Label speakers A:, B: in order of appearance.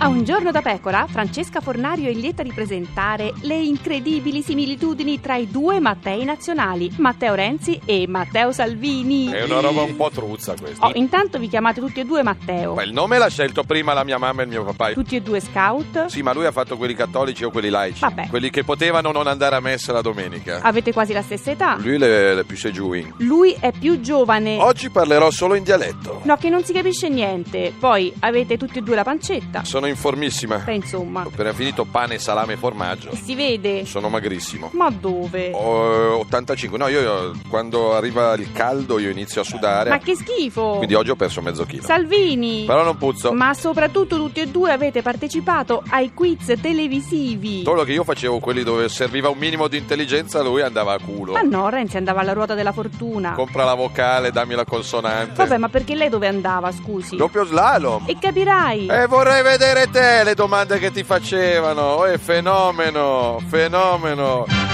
A: A Un giorno da pecora, Francesca Fornario è lieta di presentare le incredibili similitudini tra i due Mattei nazionali, Matteo Renzi e Matteo Salvini.
B: È una roba un po' truzza questa.
A: Oh, intanto vi chiamate tutti e due Matteo.
B: Ma il nome l'ha scelto prima la mia mamma e il mio papà.
A: Tutti e due scout.
B: Sì, ma lui ha fatto quelli cattolici o quelli laici.
A: Vabbè. Ah.
B: Quelli che potevano non andare a messa la domenica.
A: Avete quasi la stessa età.
B: Lui Oh. le, le pisce giù. in.
A: Lui è più giovane.
B: Oggi parlerò solo in dialetto.
A: Eh. No, che non si capisce niente. Poi avete tutti e due la pancetta.
B: Sono informissima.
A: Beh, insomma,
B: Ho appena finito pane, salame e formaggio.
A: e si vede.
B: Sono magrissimo.
A: Ma dove?
B: Oh, Ho 85. No, io, io- quando arriva il caldo io inizio a sudare.
A: Ma che schifo!
B: Quindi oggi ho perso mezzo chilo.
A: Salvini!
B: Però non puzzo.
A: Ma soprattutto tutti e due avete partecipato ai quiz televisivi.
B: Solo che io facevo quelli dove serviva un minimo di intelligenza, lui andava a culo.
A: Ah no, Renzi andava alla ruota della fortuna.
B: Compra la vocale, dammi la consonante.
A: Ah. Vabbè, ma perché lei dove andava, scusi?
B: Doppio slalom.
A: E capirai.
B: E vorrei vedere te le domande che ti facevano. Eh, Oh, fenomeno, fenomeno.